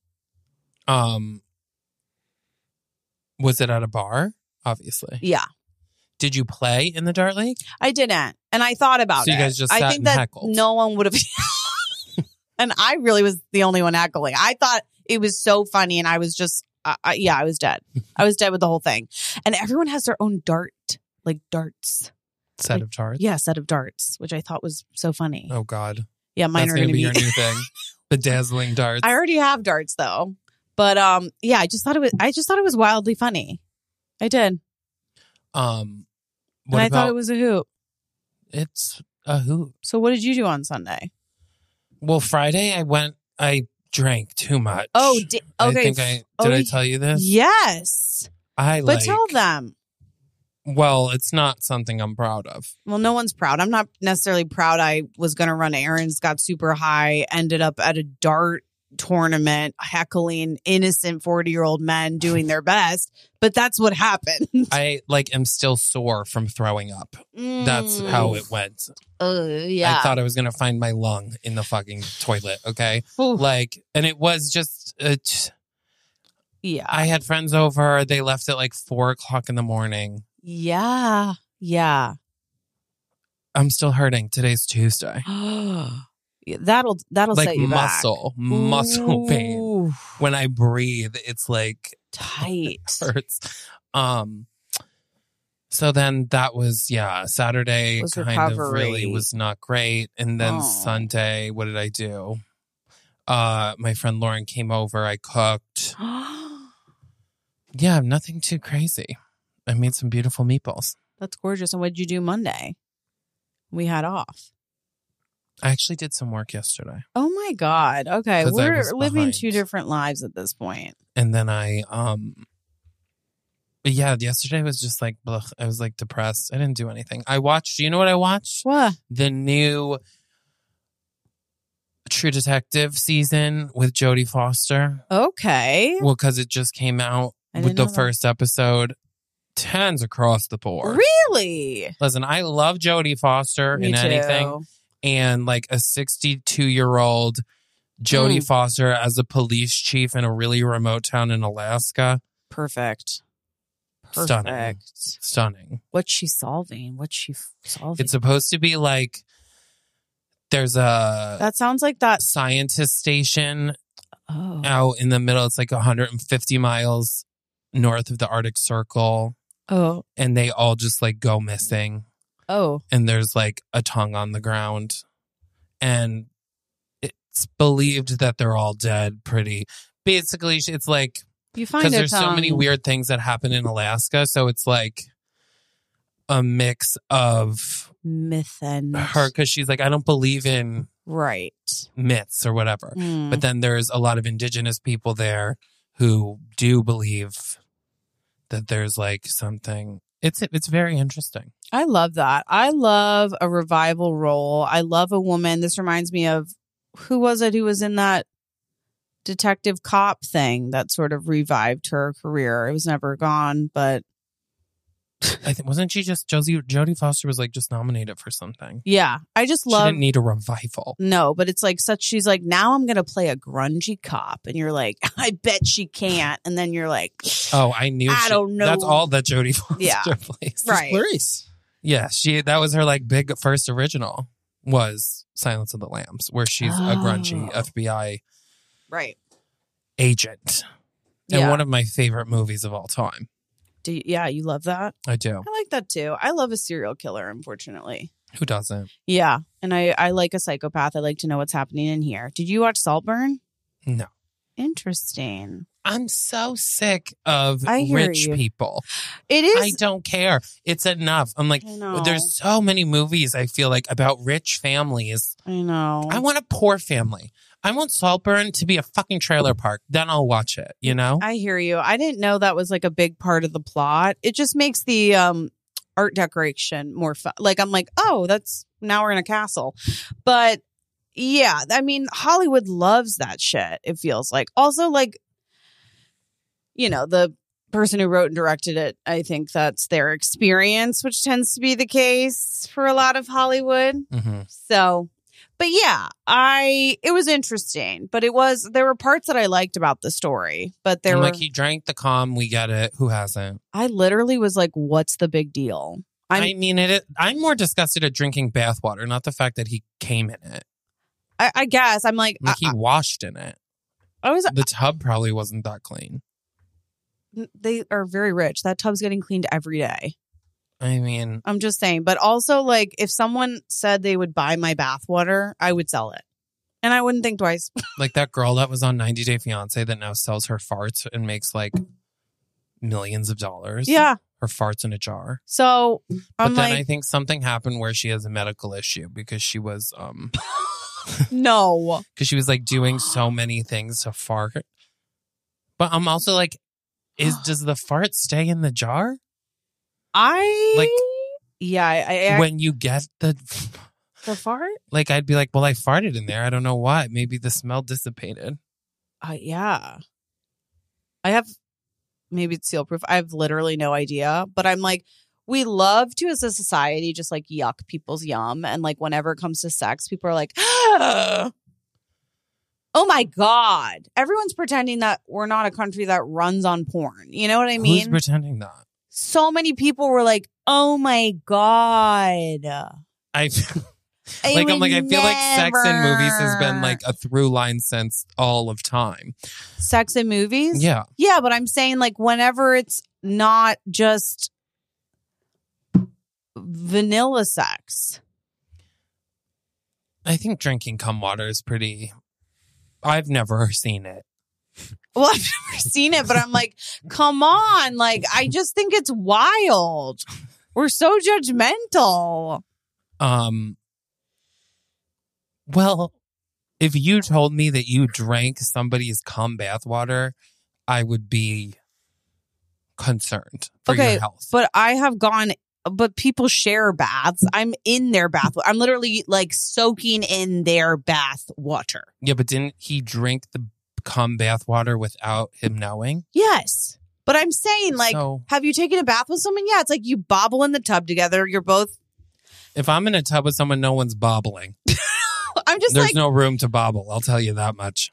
um, was it at a bar? Obviously. Yeah, Did you play in the dart league? I didn't, and I thought about So it. you guys just I sat think and that heckled. no one would have. [LAUGHS] and I really was the only one heckling. I thought it was so funny, and I was just, I, I, yeah, I was dead. I was dead with the whole thing. And everyone has their own dart, like darts. Set of darts. Yeah, set of darts, which I thought was so funny. Oh God, yeah, mine that's are going to be be. your new thing. [LAUGHS] Bedazzling darts. I already have darts though, but um, yeah, I just thought it was. I just thought it was wildly funny. I did, and um, what I about thought it was a hoop. it's a hoot. So, what did you do on Sunday? Well, Friday I went. I drank too much. Oh, di- I okay. think I did. oh, I y- tell you this? yes, I but like. tell them. Well, it's not something I'm proud of. Well, no one's proud. I'm not necessarily proud. I was going to run errands, got super high, ended up at a dart tournament, heckling innocent 40 year old men doing their best. But that's what happened. [LAUGHS] I like am still sore from throwing up. That's Mm. how it went. Uh, yeah. I thought I was gonna find my lung in the fucking toilet. Okay, Oof. like, and it was just. uh, t- yeah. I had friends over. They left at like four o'clock in the morning. Yeah. Yeah. I'm still hurting. Today's Tuesday. Yeah, that'll that'll like set you muscle, back. muscle pain. Ooh, When I breathe, it's like [LAUGHS] tight. [GASPS] hurts. Um so then that was yeah, Saturday Was kind of recovery. really was not great. And then Oh. Sunday, what did I do? Uh my friend Lauren came over, I cooked. Yeah, nothing too crazy. I made some beautiful meatballs. that's gorgeous. And what did you do Monday? We had off. I actually did some work yesterday. Oh my god. Okay, 'Cause I we're was living behind. two different lives at this point. And then I um but yeah, yesterday was just like blech, I was like depressed. I didn't do anything. I watched, you know what I watched? What? the new True Detective season with Jodie Foster. Okay. Well, because it just came out I with didn't know the that. first episode. Tens across the board. Really? Listen, I love Jodie Foster in anything, and like a 62 year old Jodie Mm. Foster as a police chief in a really remote town in Alaska. Perfect. Perfect. Stunning. Stunning. What's she solving? What's she f- solving? It's supposed to be like there's a that sounds like that. scientist station Oh. out in the middle. It's like 150 miles north of the Arctic Circle, Oh. and they all just like go missing. Oh. And there's like a tongue on the ground, and it's believed that they're all dead. Pretty basically, it's like You find because a there's so tongue. many weird things that happen in Alaska, so it's like a mix of myth and her because she's like, I don't believe in right. myths or whatever. Mm. But then there's a lot of indigenous people there who do believe that there's like something. It's it's very interesting. I love that. I love a revival role. I love a woman. This reminds me of who was it who was in that detective cop thing that sort of revived her career. It was never gone, but I think wasn't she just Josie Jodie Foster was like just nominated for something. Yeah. I just she love didn't need a revival. No, but it's like such she's like, now I'm gonna play a grungy cop. And you're like, [LAUGHS] I bet she can't. And then you're like, [SNIFFS] Oh, I knew. I she- don't know. That's all that Jodie [LAUGHS] Foster Yeah. plays. Right. Clarice. Yeah, she that was her like big first original was Silence of the Lambs, where she's a grungy Oh. FBI Right. agent, and Yeah. one of my favorite movies of all time. Do you, yeah, you love that? I do. I like that too. I love a serial killer, unfortunately. Who doesn't? Yeah. And I, I like a psychopath. I like to know what's happening in here. Did you watch Saltburn? No. Interesting. I'm so sick of I hear rich you. people. It I is. don't care. It's enough. I'm like, I know. there's so many movies I feel like about rich families. I know. I want a poor family. I want Saltburn to be a fucking trailer park. Then I'll watch it. You know. I hear you. I didn't know that was like a big part of the plot. It just makes the um art decoration more fun. Like I'm like, oh, that's now we're in a castle. But yeah, I mean, Hollywood loves that shit. It feels like also like you know the person who wrote and directed it. I think that's their experience, which tends to be the case for a lot of Hollywood. mm-hmm. So, but yeah, I it was interesting, but it was there were parts that I liked about the story, but there I'm were like, he drank the calm. We get it. Who hasn't? I literally was like, "What's the big deal?" I'm- I mean, it. is- I'm more disgusted at drinking bathwater, not the fact that he came in it. I, I guess I'm like, Like he washed in it. I, I was. mm, The tub probably wasn't that clean. They are very rich. That tub's getting cleaned every day. I mean, I'm just saying, but also like, if someone said they would buy my bathwater, I would sell it, and I wouldn't think twice. like that girl that was on 90 Day Fiance that now sells her farts and makes like millions of dollars. yeah. her farts in a jar. So But I'm then like, I think something happened where she has a medical issue because she was um no. because she was [LAUGHS] like [GASPS] doing so many things to fart. But I'm also like, [GASPS] is does the fart stay in the jar? I Like- Yeah, I, I when you get the the fart. like I'd be like, well, I farted in there. I don't know why. Maybe the smell dissipated. Uh, yeah. I have maybe it's seal proof. I have literally no idea, but I'm like, we love to as a society just like yuck people's yum. And like, whenever it comes to sex, people are like, [GASPS] oh my God. Everyone's pretending that we're not a country that runs on porn. You know what I Who's mean? pretending that? so many people were like, oh my God. I [LAUGHS] like I'm like I feel like sex in movies has been like a through line since all of time. sex in movies? Yeah. Yeah, but I'm saying like whenever it's not just vanilla sex. I think drinking cum water is pretty I've never seen it. Well, [LAUGHS] I've never seen it, but I'm like, come on. Like, I just think it's wild. We're so judgmental. Um well, if you told me that you drank somebody's cum bathwater, I would be concerned for Okay, your health. But I have gone, but people share baths. I'm in their bath. I'm literally like soaking in their bath water. Yeah, but didn't he drink the cum bathwater without him knowing? Yes. But I'm saying like, so have you taken a bath with someone? Yeah, it's like you bobble in the tub together. You're both [LAUGHS] if I'm in a tub with someone, no one's bobbling. I'm just There's like, no room to bobble. I'll tell you that much.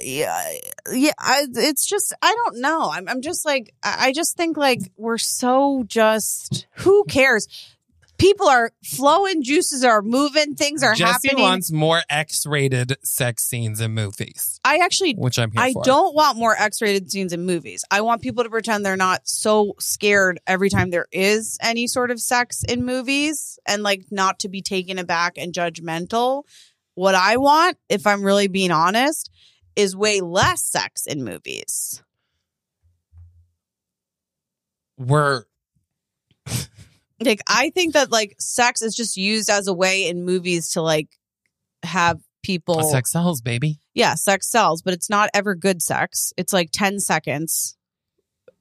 yeah, yeah. I, it's just, I don't know. I'm, I'm just like, I I just think like we're so just. Who cares? People are flowing, juices are moving, things are Jesse happening. wants more X-rated sex scenes in movies, I actually, which I'm here I for. don't want more X-rated scenes in movies. I want people to pretend they're not so scared every time there is any sort of sex in movies, and like not to be taken aback and judgmental. What I want, if I'm really being honest, is way less sex in movies. We're like i think that like sex is just used as a way in movies to like have people sex sells, baby. yeah sex sells but it's not ever good sex it's like 10 seconds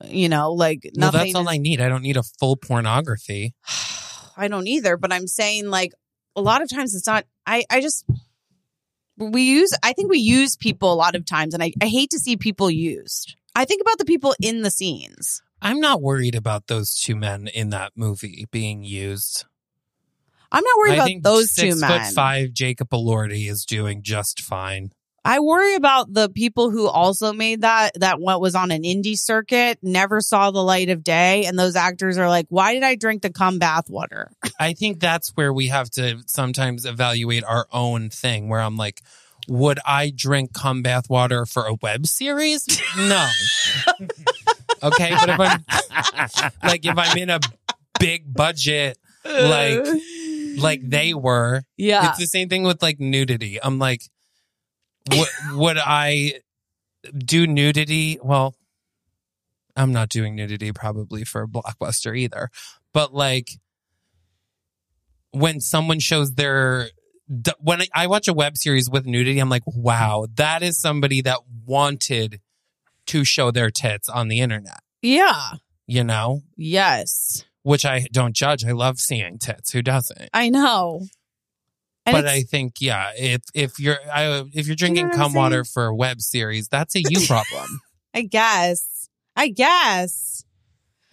you know like No, nothing that's all I need. I don't need a full pornography. [SIGHS] I don't either, but I'm saying like a lot of times it's not I I just we use I think we use people a lot of times and I, I hate to see people used. I think about the people in the scenes. I'm not worried about those two men in that movie being used. I'm not worried I about think those six two foot men. five Jacob Elordi is doing just fine. I worry about the people who also made that that what was on an indie circuit never saw the light of day, and those actors are like, "Why did I drink the cum bath water?" I think that's where we have to sometimes evaluate our own thing. Where I'm like, would I drink cum bath water for a web series? No. okay, but if I'm like if I'm in a big budget [LAUGHS] Like- like they were, yeah, It's the same thing with like nudity. I'm like, would, would I do nudity? Well, I'm not doing nudity probably for a blockbuster either. But like, when someone shows their d- when I, I watch a web series with nudity, I'm like, wow, that is somebody that wanted to show their tits on the internet. yeah, You know, yes, which I don't judge. I love seeing tits. Who doesn't? I know. And but it's- I think yeah, if if you're I, if you're know drinking what I'm cum water for a web series, that's a [LAUGHS] you problem. I guess, I guess.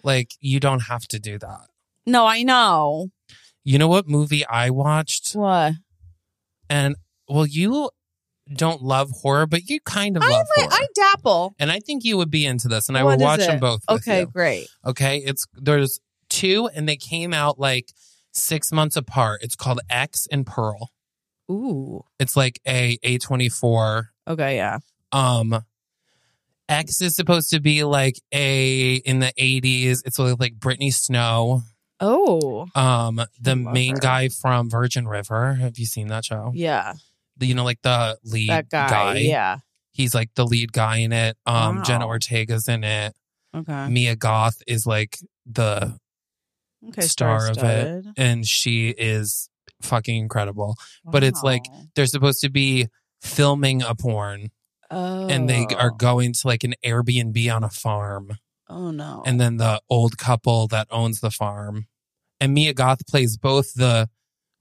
like you don't have to do that. No, I know. You know what movie I watched? What? And well, you don't love horror, but you kind of I love like, horror. I dapple. and I think you would be into this, and I What would is watch it? them both. With Okay, you. great. okay. It's there's two, and they came out like six months apart. It's called X and Pearl. Ooh. It's like a a twenty four Okay, yeah. um X is supposed to be like a in the 80s it's with like Britney Snow Oh, um the love main her. guy from Virgin River have you seen that show yeah. you know like the lead That guy. Yeah. he's like the lead guy in it um Wow. Uh-huh. Jenna Ortega's in it Okay. Mia Goth is like the Okay. Star of it. star-studded. and she is fucking incredible but it's like- Wow. they're supposed to be filming a porn Oh. and they are going to like an Airbnb on a farm Oh no. and then the old couple that owns the farm. And Mia Goth plays both the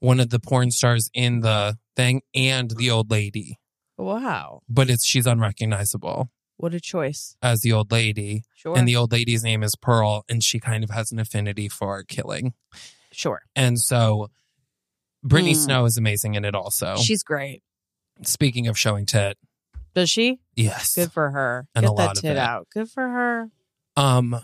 one of the porn stars in the thing and the old lady, wow, but it's she's unrecognizable what a choice. as the old lady, Sure. and the old lady's name is Pearl, and she kind of has an affinity for killing, sure. and so. Brittany Hmm. Snow is amazing in it also. She's great. Speaking of showing tit, Does she? yes. Good for her. And a Get that lot of tit it. out. Good for her. um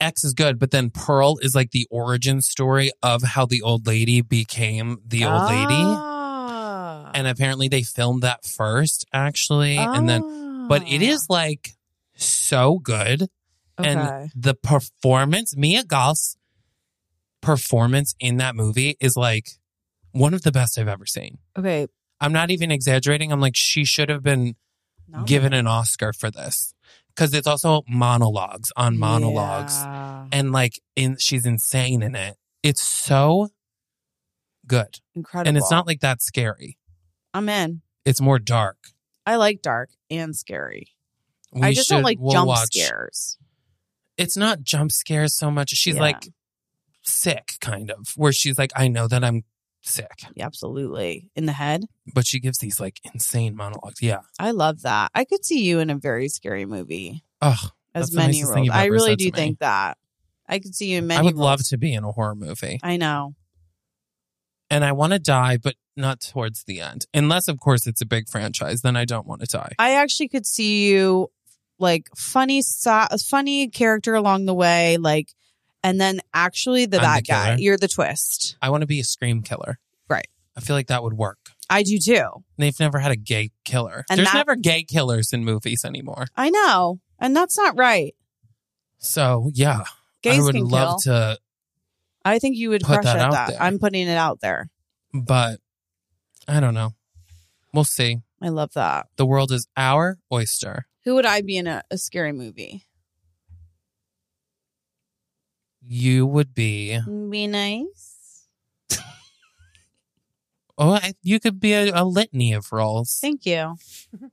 X is good, but then Pearl is like the origin story of how the old lady became the old lady. Ah. And apparently they filmed that first, actually. And then, but Ah. it is like so good. Okay. And the performance, Mia Goth's performance in that movie is like one of the best I've ever seen. okay. I'm not even exaggerating. I'm like, she should have been No. given an Oscar for this because it's also monologues on monologues. Yeah. And like, in, she's insane in it. It's so good. Incredible. And it's not like that scary, I'm in. it's more dark. I like dark and scary. We I just don't should- like we'll jump watch- scares. It's not jump scares so much. She's Yeah. like sick, kind of, where she's like, I know that I'm sick, Yeah, absolutely. In the head. but she gives these like insane monologues. Yeah. I love that. I could see you in a very scary movie Oh, That's as the many nicest thing roles. you've I ever really said to do me. think that. I could see you in many I would roles. love to be in a horror movie. I know. And I want to die, but not towards the end. Unless, of course, it's a big franchise, then I don't want to die. I actually could see you like funny so- funny character along the way like and then actually the I'm bad the guy. killer. You're the twist. I want to be a scream killer. Right. I feel like that would work. I do too. They've never had a gay killer. And There's that- never gay killers in movies anymore. I know. And that's not right. So, yeah, Gays I would can kill. love to I think you would Put crush that at out that. there. I'm putting it out there. but I don't know. We'll see. I love that. The world is our oyster. Who would I be in a, a scary movie? You would be. Be nice. Oh, I, you could be a, a litany of roles. Thank [LAUGHS] you.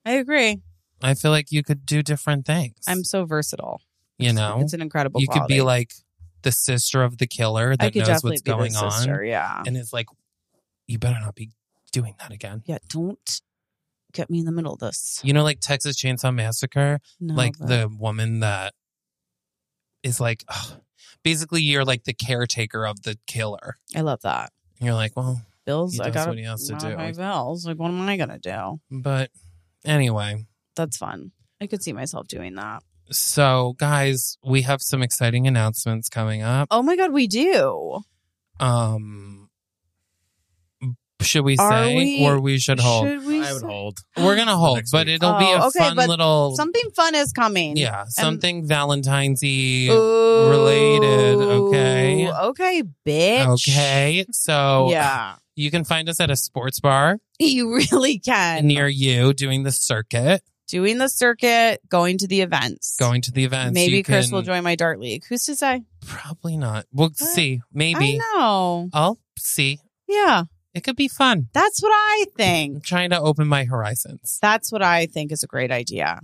I agree. I feel like you could do different things. I'm so versatile. you know, it's an incredible. you could be quality. like the sister of the killer I that could knows definitely what's be the going sister, on, Yeah, and is like, you better not be doing that again. yeah. Don't get me in the middle of this. You know, like Texas Chainsaw Massacre, No, like but- the woman that is like, ugh. basically, you're like the caretaker of the killer. I love that. And you're like, well, Bills, he I does got what he has to do. my bills. Like, what am I gonna do? But anyway, That's fun. I could see myself doing that. so guys, we have some exciting announcements coming up. Oh my god, we do. Um, should we Are say, we- or we should hold? Should we I would say- hold. We're gonna hold, next but week. it'll be a Oh, okay, fun but little Something fun is coming. yeah, something Valentine's-y. Ooh. related, okay? Okay, bitch. Okay, so Yeah. you can find us at a sports bar You really can. near you, doing the circuit, Doing the circuit, going to the events. going to the events. Maybe You Chris can- will join my dart league. Who's to say? Probably not. We'll see. I Maybe know. I'll see. Yeah. It could be fun. That's what I I'm think. trying to open my horizons. That's what I think is a great idea.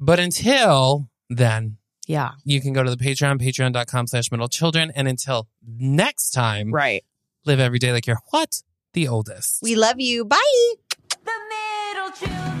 But until then, Yeah. you can go to the Patreon, patreon.com slash middle children. And until next time, Right. live every day like you're what? The oldest. We love you. Bye. The middle children.